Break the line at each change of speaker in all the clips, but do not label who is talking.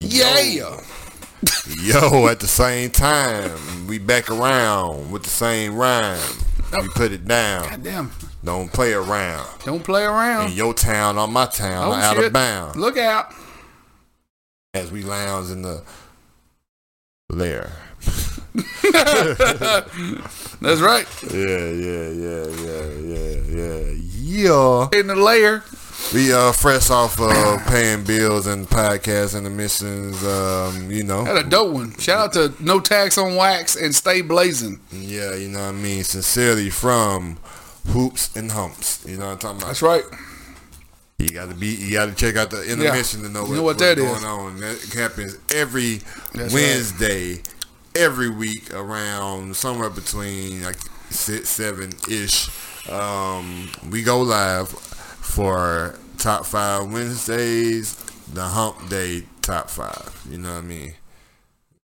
Yeah.
Yo, at the same time, we back around with the same rhyme. We
Oh.
put it down.
Damn.
Don't play around.
Don't play around.
In your town or my town,
Oh,
or out
shit.
of bounds.
Look out.
As we lounge in the lair.
That's right.
Yeah, yeah, yeah, yeah, yeah, yeah, yeah.
In the layer.
We uh fresh off uh paying bills and podcast and emissions. Um, you know,
That's a dope one. Shout out to No Tax on Wax and Stay Blazing.
yeah, you know what I mean. Sincerely from hoops and humps. You know what I'm talking about.
That's right.
You gotta be. You gotta check out the intermission to know
You
what,
know what
what's
that
going
is.
on. That happens every
That's
Wednesday, every week around somewhere between like six, seven ish. Um, we go live for top five Wednesdays, the Hump Day top five. You know what I mean?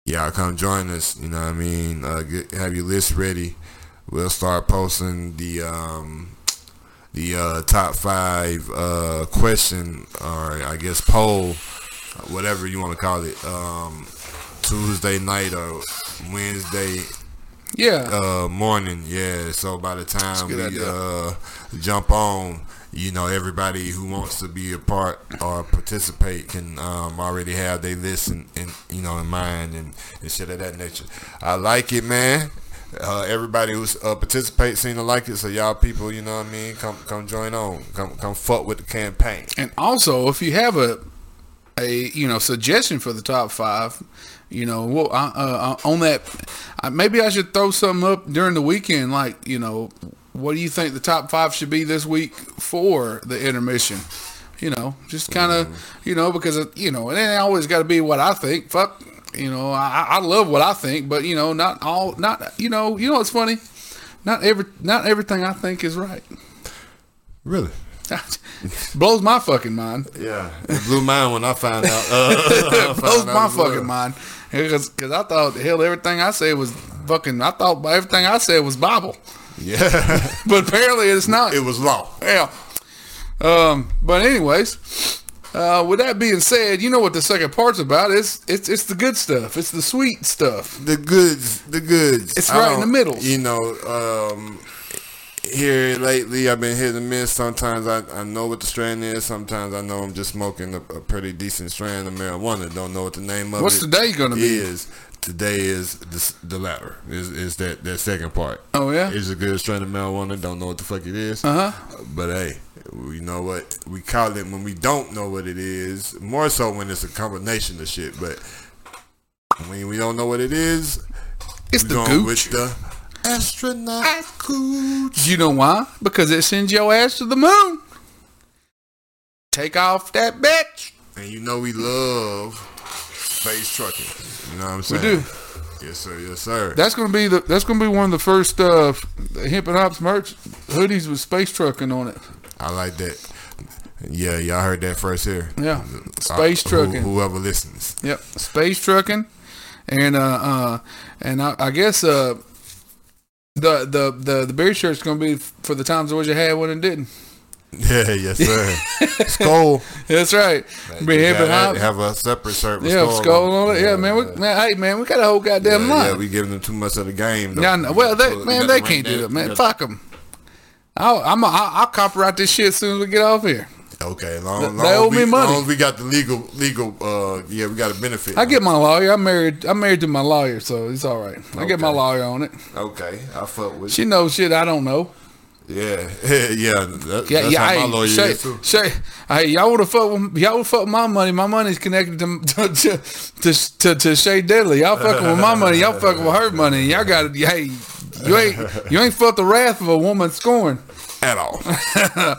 Y'all come join us. You know what I mean? Uh, get, have your list ready. We'll start posting the um, the uh, top five uh, question or I guess poll, whatever you want to call it, um, Tuesday night or Wednesday
Yeah.
uh, morning. Yeah, so by the time
good
we
idea.
uh, jump on, you know, everybody who wants to be a part or participate can um, already have their list and, and you know in mind and, and shit of that nature. I like it, man. Uh, everybody who's uh, participates seem to like it, so y'all people, you know what I mean. Come, come join on. Come, come fuck with the campaign.
and also, if you have a a you know suggestion for the top five, you know, well, I, uh, uh, on that, I, maybe I should throw something up during the weekend. Like, you know, what do you think the top five should be this week for the intermission? You know, just kind of, you know, because uh, you know, it ain't always got to be what I think. Fuck, you know, I, I love what I think, but you know, not all, not you know, you know, what's funny, not every, not everything I think is right.
Really?
Blows my fucking mind.
Yeah. It blew mine when I found out. Uh,
blows
found out
my
as well.
fucking mind because I thought hell everything I said was fucking I thought everything I said was Bible,
Yeah.
but apparently it's not.
it was law.
yeah. Um. But anyways, uh, with that being said, you know what the second part's about? It's it's it's the good stuff. It's the sweet stuff.
the goods, the goods.
It's
I
right in the
don't-
middle.
You know, um, here lately I've been hit and miss. Sometimes I, I know what the strand is. Sometimes I know I'm just smoking a, a pretty decent strand of marijuana. Don't know what the name of
What's
it
today gonna be?
Is today is the, s- the latter is is that that second part.
Oh, yeah?
it's a good strand of marijuana. Don't know what the fuck it is.
Uh huh.
But hey, you know what? We call it when we don't know what it is. More so when it's a combination of shit. But when we don't know what it is,
It's
we
the
going with
gooch.
the astronaut gooch.
You know why? Because it sends your ass to the moon. Take off that bitch.
And you know we love space trucking. You know what I'm
We
saying?
do.
Yes, sir. Yes, sir.
That's gonna be the that's gonna be one of the first uh, hip and hops merch hoodies with space trucking on it.
I like that. Yeah, y'all heard that first here.
Yeah,
I-
space
who-
trucking.
whoever listens.
Yep, space trucking, and uh, uh and I, I guess uh, the the the the beer shirt's gonna be for the times Georgia had one and didn't.
Yeah, yes, sir. Skull.
That's right. Be
You
hip and
gotta
hops.
Have a separate service.
Yeah, skull on it. Yeah, man. We, man, hey, man, we got a whole goddamn
yeah,
line.
yeah, we giving them too much of the game. Though.
Yeah, I know. well, they,
We
man,
gotta
they
run
can't do that, man.
we gotta-
Fuck them. I'll, I'm a, I'll, I'll copyright this shit as soon as we get off here.
Okay, long, long
they owe
we,
me money.
Long as we got the legal, legal. Uh, yeah, we got a benefit.
I get my lawyer. I'm married. I'm married to my lawyer, so it's all right. I get my
Okay.
lawyer on it.
Okay, I fuck with.
She knows shit I don't know.
Yeah, yeah, that,
Yeah,
that's
yeah.
how
hey,
my lawyer
Shay,
is too.
Shay, hey, y'all would have fuck with y'all would fuck with my money. My money's connected to to to to, to, to Shay Diddley. Y'all fucking with my money. Y'all fucking with her money. Y'all got it. Hey, you ain't you ain't felt the wrath of a woman scorn.
At all.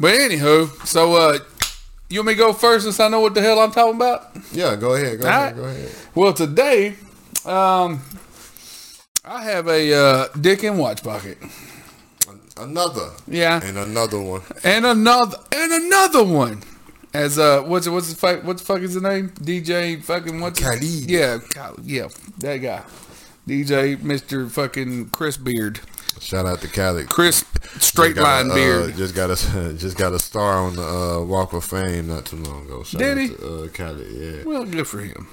But anywho, so uh, you want me to go first since I know what the hell I'm talking about?
yeah, go ahead, go
All right.
ahead, go ahead.
Well, today, um, I have a uh, dick in watch pocket.
Another
Yeah,
and another one.
and another and another one. As uh, what's what's the fuck what the fuck is the name? DJ fucking what's his-
Khalid.
Yeah, Khal- yeah, that guy. DJ Mister fucking Chris Beard.
Shout out to Cali.
Chris straight
Just got
line
a, uh,
beard.
just got a just got a star on the uh, Walk of Fame not too long ago. Shout
Did
out
he?
To, uh, Cali, yeah,
Well, good for him.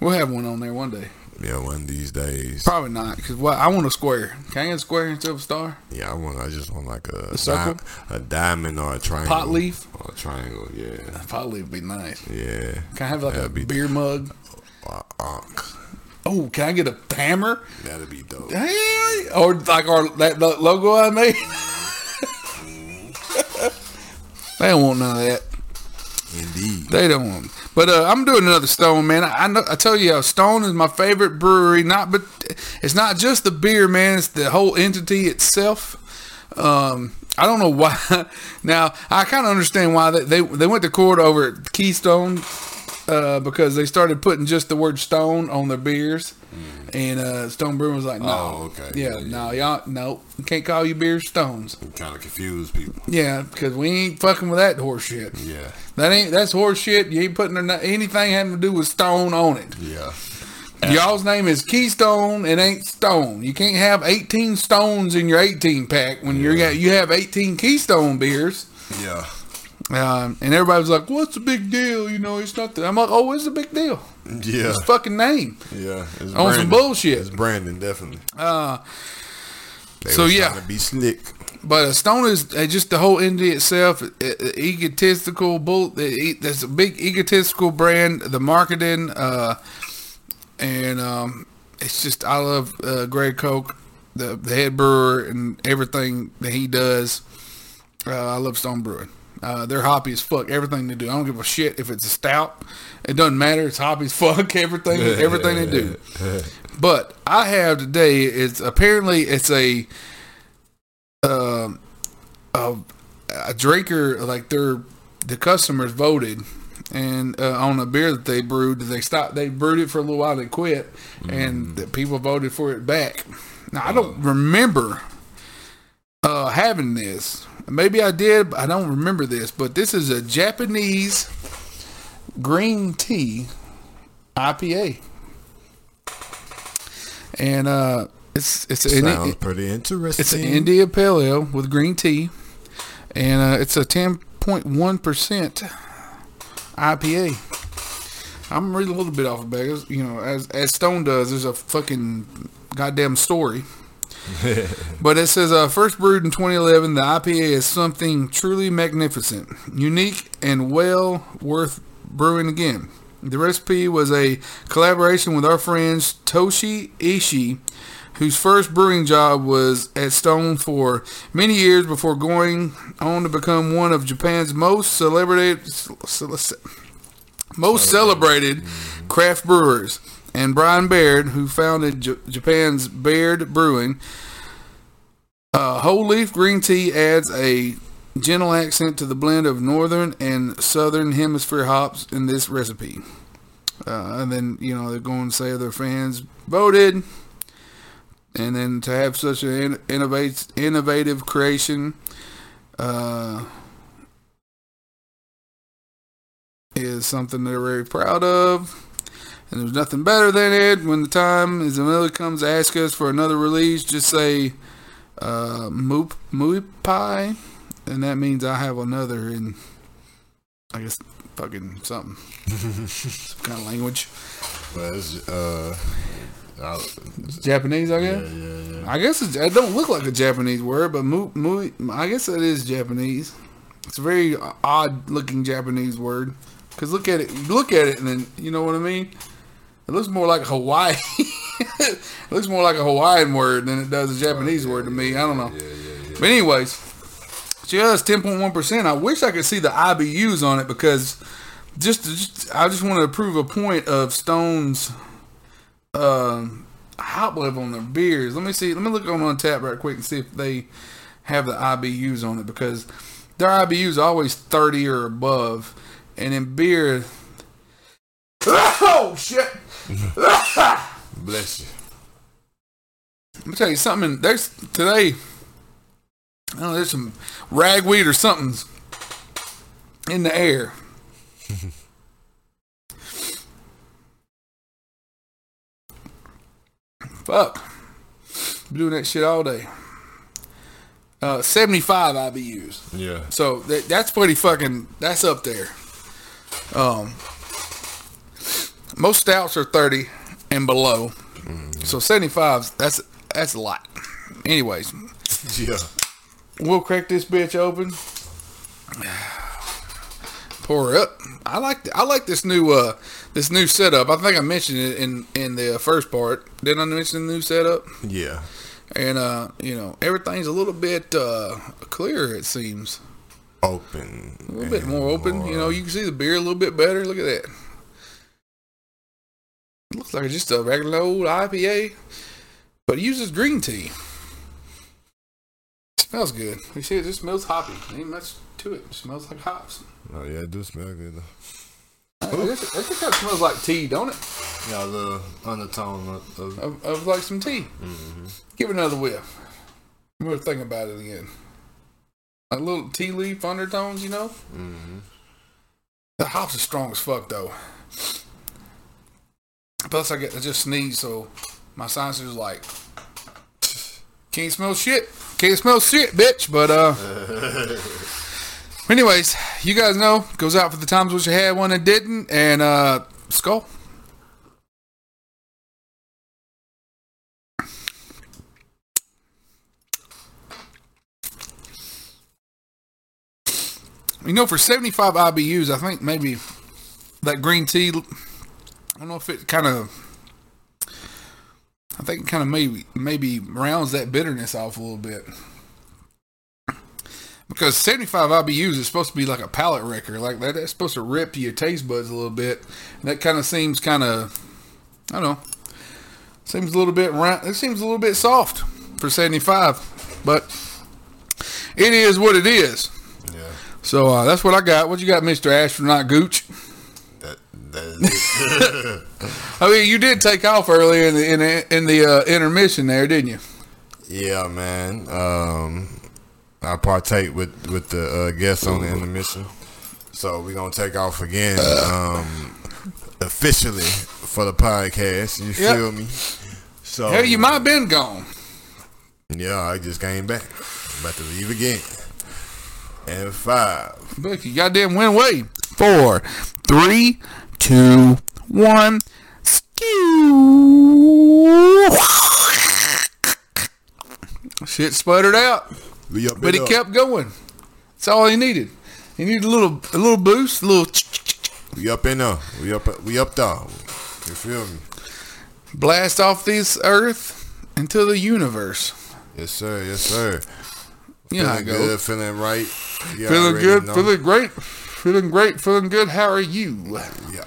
We'll have one on there one day.
yeah. One of these days,
Probably not, because I want a square. Can I get a square instead of a star?
yeah. I want. I just want like a
circle?
di- a diamond or a triangle,
Pot leaf?
or a triangle. Yeah,
Probably would be nice.
yeah.
Can I have like a
That'd be-
beer mug?
Uh, Onk.
Oh, can I get a hammer?
That'd be dope.
Hey, or like our that lo- logo I made. they don't want none of that.
Indeed.
They don't want. But uh, I'm doing another Stone, man. I, I know. I tell you, how Stone is my favorite brewery. Not, but it's not just the beer, man. It's the whole entity itself. Um, I don't know why. now I kind of understand why they, they they went to court over at Keystone uh, because they started putting just the word Stone on their beers, and uh, Stone Brewing was like, no,
Mm. Oh, okay.
yeah,
Yeah,
no, y'all, no, we can't call you beer Stones.
Kind of confuse people.
Yeah, because we ain't fucking with that horseshit.
Yeah.
That ain't that's horse shit. You ain't putting no- anything having to do with stone on it.
Yeah.
Y'all's name is Keystone. It ain't Stone. You can't have eighteen stones in your eighteen pack when you're got- you have eighteen Keystone beers.
Yeah.
Um, and everybody's like, "What's the big deal?" You know, it's not that. I'm like, "Oh, it's a big deal.
Yeah.
It's fucking name."
Yeah. It's
On some bullshit.
It's Brandon, definitely.
Uh,
They
so
was
yeah.
trying to be slick.
but uh, Stone is uh, just the whole entity itself, uh, uh, egotistical bull. uh, e- That's a big egotistical brand. The marketing, uh, and um, it's just I love uh, Greg Koch, the, the head brewer, and everything that he does. Uh, I love Stone Brewing. Uh, they're hoppy as fuck. Everything they do, I don't give a shit if it's a stout. It doesn't matter. It's hoppy as fuck. Everything, everything they do. But I have today is apparently it's a um a, a drinker uh, like their the customers voted and uh, on a beer that they brewed they stopped they brewed it for a little while they quit and the people voted for it back. Now I don't remember uh, having this. Maybe I did, but I don't remember this. But this is a Japanese green tea IPA, and uh, it's it's an,
Sounds pretty interesting.
it's an India Pale Ale with green tea, and uh, it's a ten point one percent IPA. I'm reading a little bit off of back, It's, you know, as as Stone does. There's a fucking goddamn story. But it says, uh, first brewed in 2011, the IPA is something truly magnificent, unique, and well worth brewing again. The recipe was a collaboration with our friends Toshi Ishii, whose first brewing job was at Stone for many years before going on to become one of Japan's most celebrated, most celebrated craft brewers. And Brian Baird, who founded J- Japan's Baird Brewing, uh, whole leaf green tea adds a gentle accent to the blend of northern and southern hemisphere hops in this recipe. Uh, and then, you know, they're going to say their fans voted. And then to have such an in- innovate, innovative creation uh, is something they're very proud of. And there's nothing better than it when the time is Amelia comes to ask us for another release. Just say, uh, Moop Moop Pie, and that means I have another in, I guess, fucking something, some kind of language,
But it's, uh, I,
Japanese, I
yeah,
guess.
yeah, yeah.
I guess it's, it don't look like a Japanese word, but Moop Moop, I guess it is Japanese. It's a very odd looking Japanese word. Cause look at it, look at it, and then you know what I mean. It looks more like Hawaii. it looks more like a Hawaiian word than it does a Japanese
Oh,
word to me. I don't know. But anyways, just ten point one percent. I wish I could see the IBUs on it because just, just I just want to prove a point of Stone's um, hop level on their beers. Let me see. Let me look on tap right quick and see if they have the IBUs on it because their IBUs are always thirty or above, and in beer. Oh shit!
Bless you.
Let me tell you something. There's today. I don't know, there's some ragweed or something's in the air. Fuck. Been doing that shit all day. uh, 75 IBUs.
Yeah.
So that, that's pretty fucking. That's up there. Um, most stouts are 30 and below. So 75. That's that's a lot. Anyways,
Yeah.
we'll crack this bitch open. Pour her up. I like th- I like this new uh this new setup. I think I mentioned it in in the first part. Didn't I mention the new setup?
Yeah.
And uh, you know, everything's a little bit uh clearer it seems.
Open.
A little bit more open. You know, you can see the beer a little bit better. Look at that. Looks like just a regular old IPA, but it uses green tea. Smells good. You see, it just smells hoppy. Ain't much to it. it smells like hops.
Oh yeah, it does smell good. though.
I, I guess- I think that smells like tea, don't it?
Yeah, a little undertone uh, of, of
Of, of like some tea. Give it another whiff. I'm gonna think about it again. Like little tea leaf undertones, you know. The hops are strong as fuck though. Plus, I get I just sneeze, so my sinuses are like can't smell shit. Can't smell shit, bitch. But uh, anyways, you guys know goes out for the times which I had one and didn't, and uh, skull. You know, for 75 IBUs, I think maybe that green tea, I don't know if it kind of, I think it kind of maybe, maybe rounds that bitterness off a little bit. Because 75 IBUs is supposed to be like a palate wrecker. Like that, that's supposed to rip your taste buds a little bit. And that kind of seems kind of, I don't know, seems a little bit round. It seems a little bit soft for 75, but it is what it is.
yeah.
So uh, that's what I got. What you got, Mister Astronaut Gooch?
That that is it.
I mean, Oh, you did take off earlier in the in the, in the uh, intermission there, didn't you?
yeah, man. Um, I partake with with the uh, guests on the intermission, so we're gonna take off again. Um, officially for the podcast. You
Yep.
feel me? So
Hell, you might have been gone.
Yeah, I just came back. About to leave again. And five.
Look, you goddamn went away. Four, three, two, one. Skew. Shit sputtered out,
We up
but
and
he
up.
kept going. That's all he needed. He needed a little a little boost, a little
We up and up. We up. We up there. You feel me?
blast off this earth into the universe.
Yes, sir. Yes, sir.
You know how it
feeling
goes.
good. Feeling right. You
Feeling
already
good,
know.
feeling great, feeling great, feeling good. How are you?
You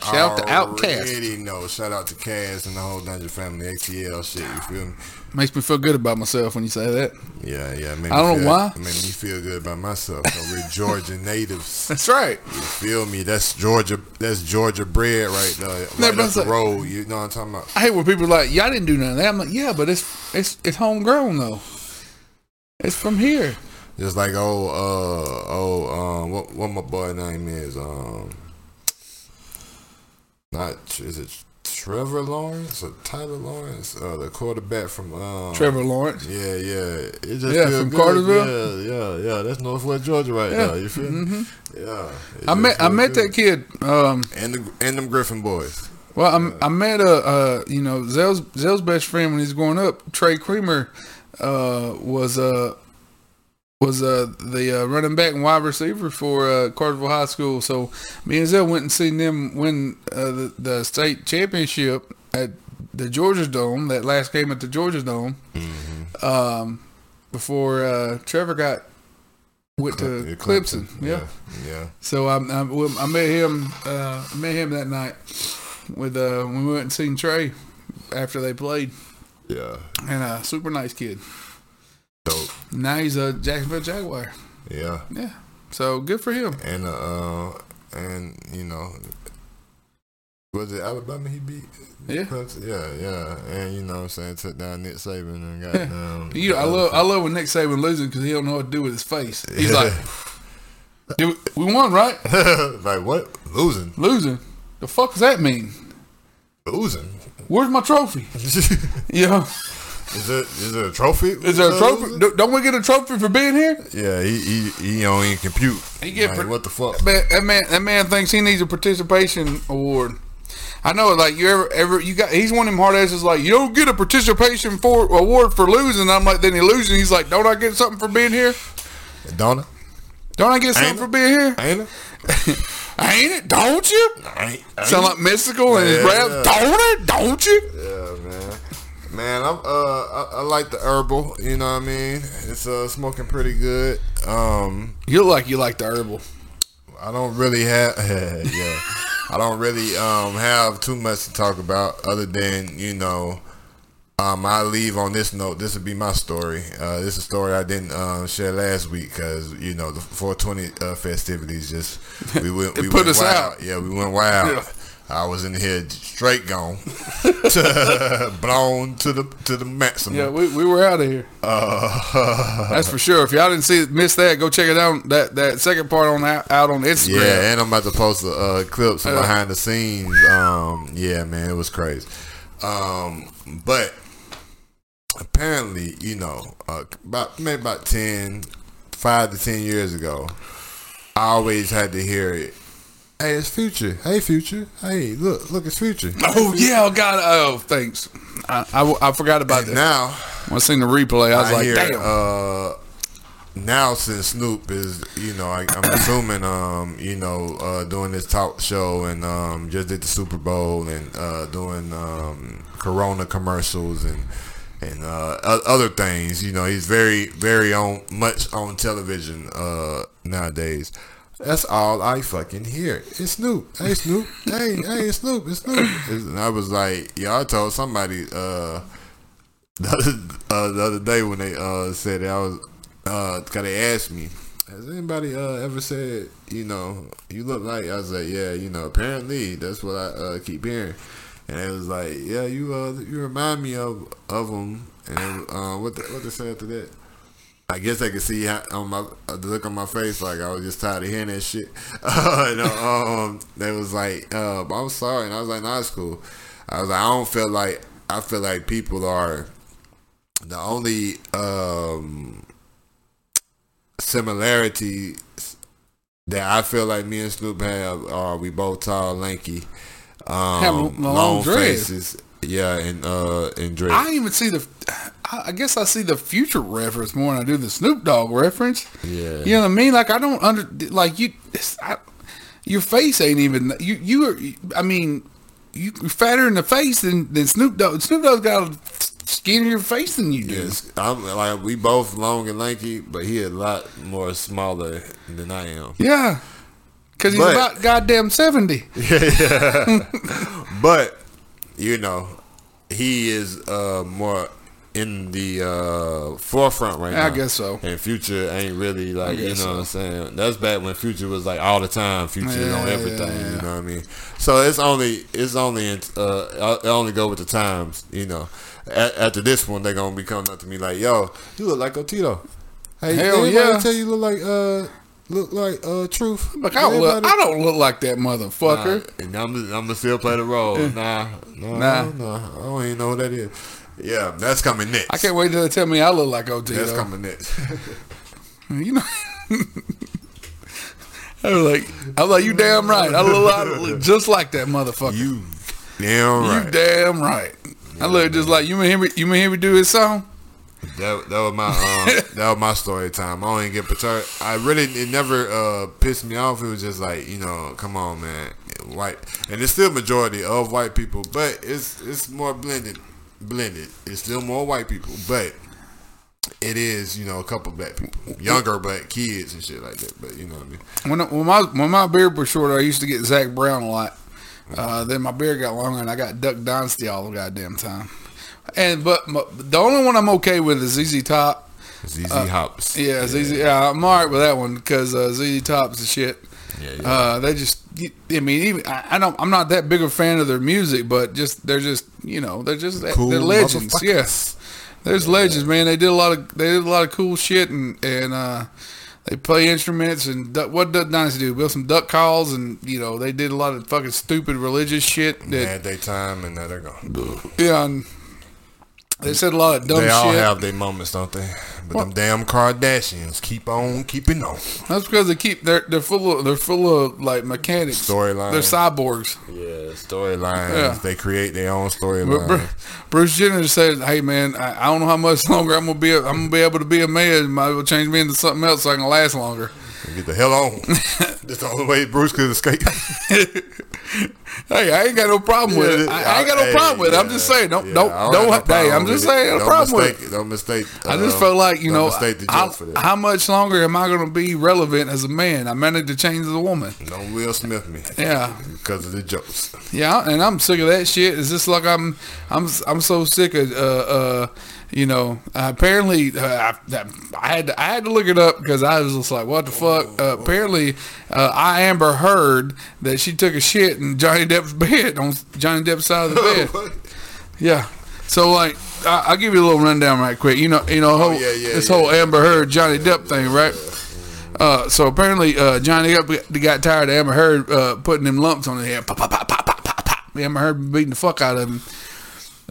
Shout out to Outcast.
Already know. Shout out to Cass and the whole Dungeon Family XTL shit. You feel me?
Makes me feel good about myself when you say that.
Yeah, yeah. Made
I
me
don't know
feel,
why.
Made me feel good about myself. So we're Georgia natives.
That's right.
You feel me? That's Georgia. That's Georgia bread right there. Right
but
up
it's
the
like-
road. You know what I'm talking about?
I hate when people are like, "Yeah, I didn't do none of that." I'm like, "Yeah, but it's it's it's homegrown though. It's from here."
Just like oh uh oh um what what my boy name is um not is it Trevor Lawrence or Tyler Lawrence uh the quarterback from um
Trevor Lawrence.
yeah yeah it just
Yeah,
feel
from
good.
Cartersville?
yeah yeah yeah that's Northwest Georgia right
Yeah. Mm-hmm.
now you feel me yeah it
I
just
met I
feel
met
good.
that kid. Um,
and the and them Griffin boys
well, I'm, I met a uh, you know Zell's Zell's best friend when he's growing up. Trey Creamer uh, was uh was uh the uh, running back and wide receiver for uh, Carterville High School. So me and Zell went and seen them win uh, the, the state championship at the Georgia Dome. That last game at the Georgia Dome. Um, before uh, Trevor got went to
Yeah,
Clemson. yeah.
yeah
So I, I, well, I met him. Uh, met him that night with uh, when we went and seen Trey after they played,
yeah, yeah.
and uh, super nice kid.
dope
Now he's a Jacksonville Jaguar.
yeah
Yeah. So good for him.
and uh and you know was it Alabama he beat?
Yeah.
Clemson? yeah, yeah, and you know what I'm saying took down Nick Saban and got
Yeah.
down. uh,
You know, I love I love when Nick Saban loses because he don't know what to do with his face. He's like, "Dude, we won, right?
like what losing,
Losing. The fuck does that mean?
losing.
Where's my trophy? Yeah.
Is it is it a trophy?
Is there a trophy? Do- Don't we get a trophy for being here?
Yeah, he he, he don't even compute.
He get
Like,
pro-
what the fuck?
Man, that man, that man thinks he needs a participation award. I know, like you ever, ever you got. He's one of them hard asses. Like you don't get a participation for award for losing. I'm like, then he loses. He's like, don't I get something for being here?
Donna,
Don't I get something
Ain't
for being here?
ain't it?
Ain't it? Don't you?
Ain't, ain't
Sound like mystical and his
Yeah.
breath. Don't it? Don't you?
Yeah, man. Man, I'm uh I, I like the herbal, you know what I mean? It's uh smoking pretty good. Um
You look like you like the herbal.
I don't really have yeah. I don't really um have too much to talk about other than, you know, um I leave on this note. This would be my story. Uh this is a story I didn't um share last week cuz you know the 420 uh, festivities just we went we
put
went
us
wild.
out.
Yeah, we went wild.
Yeah.
I was in here straight gone, blown to the to the maximum.
Yeah, we, we were out of here.
Uh,
That's for sure. If y'all didn't see miss that, go check it out. That that second part on out, out on Instagram.
yeah, and I'm about to post the uh, clips of
Yeah.
behind the scenes. Um, yeah, man, it was crazy. Um, but apparently, you know, uh, about maybe about 10, 5 to ten years ago, I always had to hear it. Hey, it's future. Hey, future. Hey, look, look, it's future.
Oh yeah, oh God. Oh, thanks. I, I, I forgot about that.
Now
When I seen the replay, I was
I
like,
hear,
damn.
Uh, now since Snoop is, you know, I, I'm assuming, um, you know, uh, doing this talk show and um, just did the Super Bowl and uh, doing um, Corona commercials and and uh, o- other things. You know, he's very very on much on television uh, nowadays. That's all I fucking hear. It's Snoop. Hey Snoop. Hey hey it's Snoop. It's Snoop. And I was like, yeah, I told somebody. Uh, the other, uh, the other day when they uh, said it, I was uh, kind of asked me, has anybody uh, ever said, you know, you look like? I was like, yeah, you know, apparently that's what I uh, keep hearing. And it was like, yeah, you uh, you remind me of of them. And it, uh, what the, what they say after that? I guess I could see how, on my uh, the look on my face like I was just tired of hearing that shit. and, um, they was like, uh, "I'm sorry," and I was like, "Nah, it's cool." I was like, "I don't feel like I feel like people are the only um, similarity that I feel like me and Snoop have are we both tall, lanky, um,
Have long
long,
dreads.
faces, yeah, and uh, and dreads."
I even see the. I I guess I see the future reference more than I do the Snoop Dogg reference.
Yeah.
you know what I mean. Like I don't under like you. It's, I, your face ain't even you. You are. I mean, you, you're fatter in the face than than Snoop Dogg. Snoop Dogg's got a skinnier face than you do.
Yes, I'm like we both long and lanky, but he a lot more smaller than I am.
Yeah, because he's
But-
about goddamn seventy.
But you know, he is uh more in the uh forefront right now.
I guess so.
And Future ain't really like you know
guess
what I'm saying. That's back when Future was like all the time. Future is on
Yeah,
everything.
yeah,
You know what I mean? So it's only it's only in- uh it only go with the times. You know, a- after this one they're gonna be coming up to me like, yo, you look like Otito. Hey,
Hell
Hell
yeah.
yeah! Tell you look like uh look like uh Truth.
Look, I don't look.
Everybody-
I don't look like that motherfucker.
Nah, and I'm I'm gonna still play the role. Nah, nah,
Nah.
nah, nah. I don't even know who that is. Yeah, that's coming next.
I can't wait till they tell me I look like
That's
Otito.
coming next.
You know. I was like, I was like, you damn right. I look, I look just like that motherfucker. You,
you damn right.
damn right. I look just like you. May hear me. You may hear me do his song.
that, that was my um, that was my story time. I don't even get perturbed. I really it never uh, pissed me off. It was just like you know, come on, man, white, and it's still majority of white people, but it's it's more blended, blended. It's still more white people, but it is you know a couple black people, younger black kids and shit like that. But you know what I mean.
When when my when my beard was shorter, I used to get Zach Brown a lot. Uh, then my beard got longer, and I got Duck Dynasty all the goddamn time. And but my, the only one I'm okay with is ZZ Top.
ZZ Hops.
Uh, Yeah, ZZ. Yeah, I'm alright with that one because uh, ZZ Top's the shit.
Yeah, yeah.
Uh, they just, I mean, even I, I don't. I'm not that big a fan of their music, but just they're just, you know, they're just
Cool
they're legends.
motherfuckers.
Yes, there's legends, man. They did a lot of they did a lot of cool shit, and and uh, they play instruments and duck, what Duck Dynasty do? Build some duck calls, and you know they did a lot of fucking stupid religious shit. That
Had their time and now they're gone.
yeah, and They said a lot of dumb
They all
shit.
have their moments, don't they? But them damn Kardashians keep on keeping on.
That's because they keep they're they're full of they're full of like mechanics.
Storyline.
They're cyborgs.
Yeah, storylines.
Yeah.
They create their own
But Bru
storylines.
Bruce Jenner said, "Hey man, I, I don't know how much longer I'm gonna be. I'm gonna be able to be a man. Might as well change me into something else so I can last longer."
Get the hell on. That's the only way Bruce could escape.
Hey, I ain't got no problem with it. I, I ain't got no
Hey,
problem with it. I'm just
yeah,
saying, don't
yeah,
don't
I have
don't.
no
hey,
problem
I'm
with
just
it.
saying, no
Don't
problem with it.
mistake, Don't mistake.
I just
um,
felt like you
don't
know,
mistake the
how,
joke for that.
how much longer am I going to be relevant as a man? I managed to change as a woman.
don't Will Smith me
Yeah,
because of the jokes.
yeah, and I'm sick of that shit. It's just like I'm, I'm, I'm so sick of, uh, uh you know. Uh, apparently, uh, I, that- I had to, I had to look it up because I was just like, what the fuck? Uh, apparently, uh, I Amber heard that she took a shit in Johnny Depp's bed on Johnny Depp's side of the bed. Yeah. So like, I, I'll give you a little rundown right quick. You know, you know, whole,
Oh, yeah, yeah,
this
yeah.
whole Amber Heard Johnny Depp thing, right? Uh, so apparently, uh, Johnny Depp got tired of Amber Heard uh, putting them lumps on his head. Pop, pop, pop, pop, pop, pop, pop. Amber Heard beating the fuck out of him,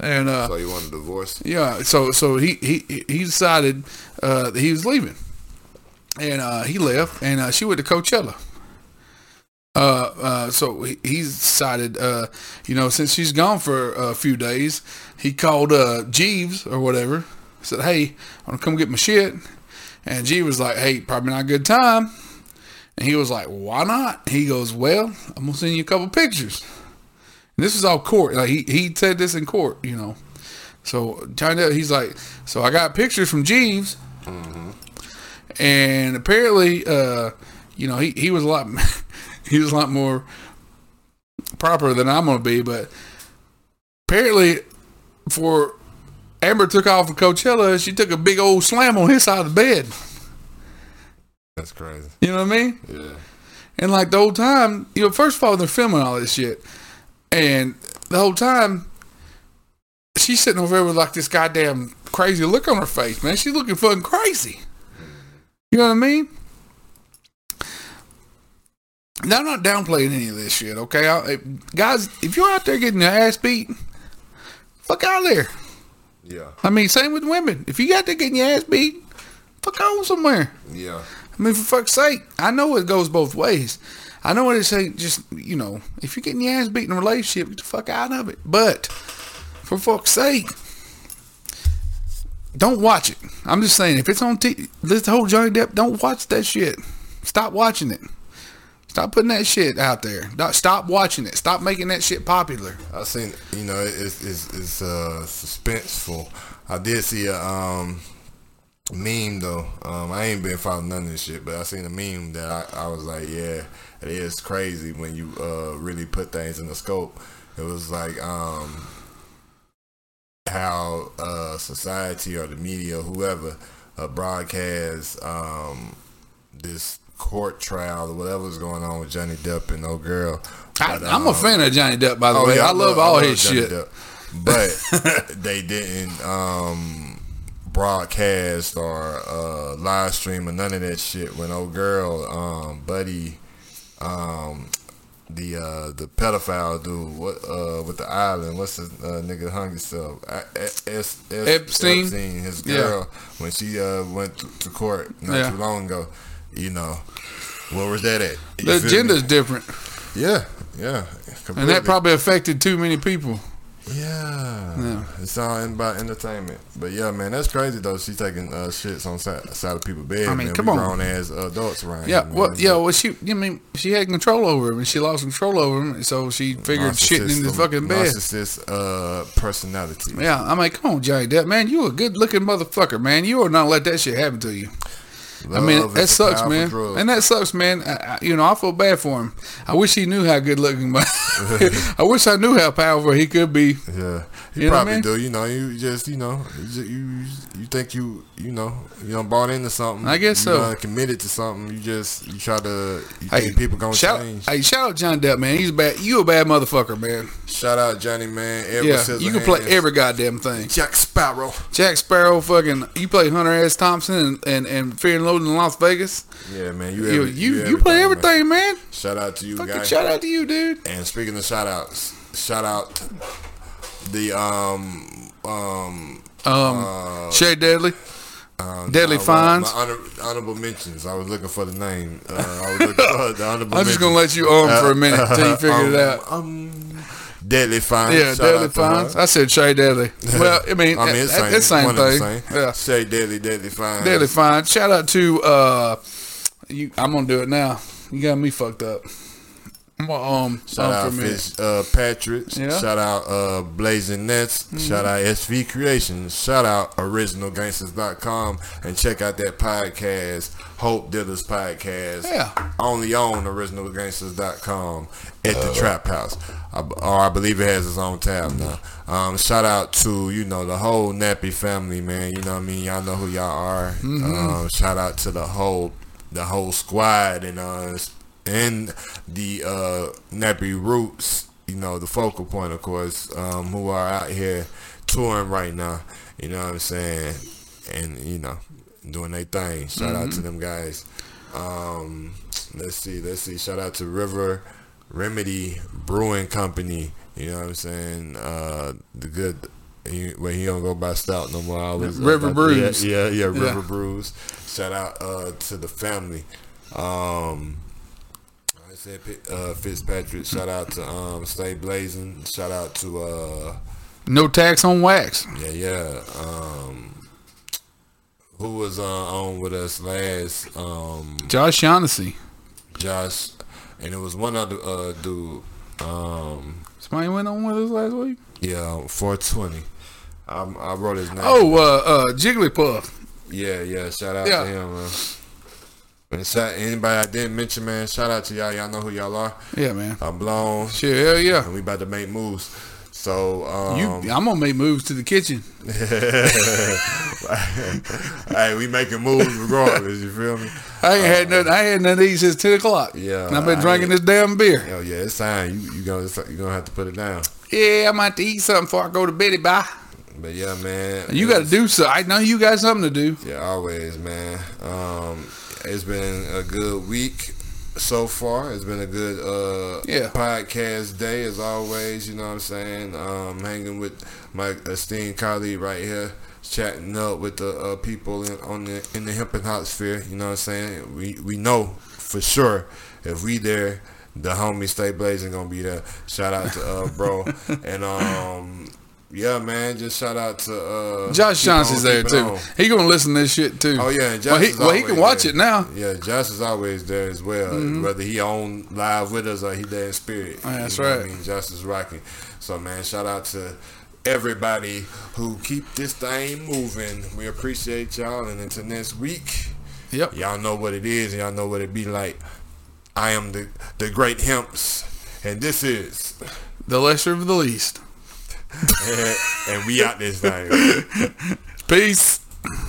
and uh,
So you want a divorce?
yeah, so so he he he decided uh, that he was leaving, and uh, he left, and uh, she went to Coachella. Uh, uh, so he, he decided, uh, you know, since she's gone for a few days, he called uh, Jeeves or whatever, said, "Hey, I'm gonna come get my shit," and Jeeves was like, "Hey, probably not a good time," and he was like, "Why not?" He goes, "Well, I'm gonna send you a couple pictures." And this was all court. Like he he said this in court, you know. So Johnny Depp, he's like, so I got pictures from Jeeves, and apparently, uh, you know, he, he was a lot, he was a lot more proper than I'm gonna be. But apparently, for Amber took off for Coachella, she took a big old slam on his side of the bed.
That's crazy.
You know what I mean?
Yeah.
And like the whole time, you know, first of all, they're filming all this shit, and the whole time, she's sitting over there with like this goddamn crazy look on her face, man. She's looking fucking crazy. You know what I mean? Now, I'm not downplaying any of this shit, okay? I, if- guys, if you're out there getting your ass beat, fuck out of there.
Yeah.
I mean, same with women. If you out there getting your ass beat, fuck on somewhere.
Yeah.
I mean, for fuck's sake, I know it goes both ways. I know what it's saying. Just you know, if you're getting your ass beat in a relationship, get the fuck out of it. But for fuck's sake, don't watch it. I'm just saying, if it's on TV, this whole Johnny Depp, don't watch that shit. Stop watching it. Stop putting that shit out there. Not- Stop watching it. Stop making that shit popular.
I seen you know it- it's it's, it's uh, suspenseful. I did see a um, meme though. Um, I ain't been following none of this shit, but I seen a meme that I, I was like, yeah, it is crazy when you uh, really put things in the scope. It was like um, how uh, society or the media, whoever, uh, broadcasts um, this court trial or whatever's going on with Johnny Depp and old girl.
I,
But, oh,
I'm a
um,
fan of Johnny Depp, by the way. Oh, I, love, all his
Johnny
shit.
Depp. But they didn't um, broadcast or uh, live stream or none of that shit when old girl, um, Buddy, um, the uh, the pedophile dude what, uh, with the island, what's his uh, nigga hung himself? I, S, S,
Epstein?
his
Yeah.
girl, when she uh, went to, to court not
Yeah.
too long ago, you know. Where was that at? You feel
The
me?
agenda's different,
Yeah, yeah.
and that
completely.
probably affected too many people.
Yeah.
Yeah.
It's all in about entertainment. But yeah, man, that's crazy though. She taking uh, shits on side, side of people's bed.
I mean,
man.
come
we
on.
grown as adults around.
Yeah,
here, man.
well, yeah, well, she, I mean, she had control over him, and she lost control over him, and so she figured shitting in
Narcissist-
the
um,
fucking bed.
Narcissist uh, personality.
Yeah, I'm like, come on, Johnny Depp, man, you a good looking motherfucker, man. You will not let that shit happen to you. I
Love
mean,
is
that
a
sucks,
powerful
man,
drug.
and that sucks, man. I, I, you know, I feel bad for him. I wish he knew how good looking, but I wish I knew how powerful he could be.
yeah, you,
You know what I
probably
mean?
do. You know, you just you know you ju- you you think you you know you know bought into something.
I guess
you
so.
done committed to something. You just you try to. You
Hey,
think people gonna
Shout,
change.
hey, shout out Johnny Depp, man. He's bad. You a bad motherfucker, man.
Shout out Johnny man. Edward
Yeah, you can play
Scissorhands,
every goddamn thing.
Jack Sparrow.
Jack Sparrow, fucking, you play Hunter S. Thompson and, and, and Fear and Loathing in Las Vegas.
Yeah, man. You
You
every-
you, you play
man.
everything, man.
Shout out to you
Fucking
guys.
shout out to you, dude.
And speaking of shout outs, shout out the um um
Um, Shay Deadly,
uh,
Deadly
I-
Fines.
my honor, honorable mentions. I was looking for the name. Uh, I was looking for the honorable.
I'm just gonna
mentions.
let you um for a minute till you
Uh,
figure
um,
it out.
Um, deadly fines.
Yeah,
Shout
Deadly
out to her.
Fines. I said Shay Deadly. Well, I mean,
I mean, it's
that- that- that's
same,
same
one and
thing.
the same.
Yeah,
Say deadly, deadly fines.
Deadly Fine. Shout out to uh, you. I'm gonna do it now. You got me fucked up. I'm gonna um
Shout
um,
out
for a minute.
Fish uh, Patriots.
Yeah.
Shout out uh, Blazing Nets. Shout out SV Creations. Shout out OriginalGangsters.com. And check out that podcast, Hope Dealers Podcast.
Yeah.
Only on OriginalGangsters.com at the Trap House. I, or I believe it has its own tab now. Um, shout out to, you know, the whole Nappy family, man. You know what I mean? Y'all know who y'all are. Um, shout out to the whole the whole squad and uh, and the uh, Nappy Roots, you know, the focal point, of course, um, who are out here touring right now. You know what I'm saying? And you know, doing their thing. Shout out to them guys. Um, let's see, let's see. Shout out to River Remedy Brewing Company. You know what I'm saying? Uh, the good. He, well, he don't go by stout no more. I was
River Brews.
Yeah, yeah, River
Yeah.
Brews. Shout out uh, to the family. Um, I said Pi- uh, Fitzpatrick. Shout out to um, Stay Blazing. Shout out to uh,
No tax on wax.
yeah, yeah. Um, who was uh, on with us last? Um,
Josh Shaughnessy.
Josh, and it was one other uh, dude. Um,
Somebody went on with us last week.
yeah, four twenty. Um, I wrote his name.
Oh, uh, uh, Jigglypuff.
Yeah, yeah. Shout out
Yeah.
to him, man. And shout, anybody I didn't mention, man. Shout out to y'all. Y'all know who y'all are.
Yeah, man.
I'm blown,
Shit, hell yeah.
and we about to make moves. So um,
You, I'm gonna make moves to the kitchen.
hey, we making moves regardless. You feel me?
I ain't had nothing. I had nothing to eat since ten o'clock.
uh, Yeah,
and I've been
I
drinking
ain't-
this damn beer.
Hell yeah, it's time. You you gonna you gonna have to put it down.
Yeah, I'm about to eat something before I go to bed. Bye.
But yeah, man,
You
it
got to
was-
do so. I know you got something to do.
Yeah, always, man. Um, it's been a good week so far. It's been a good uh
Yeah.
podcast day as always, you know what I'm saying? Um hanging with my esteemed colleague right here, chatting up with the uh, people in on the in the hip and hop sphere, you know what I'm saying? We we know for sure if we there the homie Stay Blazing gonna be there. Shout out to uh bro and um yeah man, just shout out to uh
Josh
keep on
Johnson's there
keeping
too.
on.
He gonna listen to this shit too.
Oh yeah, and Josh
well he,
is
well, he
always
can watch
there.
it now.
Yeah, Josh is always there as well. Whether he on live with us or he there in spirit.
Oh, Mm-hmm. that's
You know what
right.
I mean, Josh is rocking. So man, shout out to everybody who keep this thing moving. We appreciate y'all, and until next week,
Yep.
y'all know what it is. Y'all know what it be like. I am the the great Hemps, and this is,
The lesser of the least.
and we out this thing.
Peace.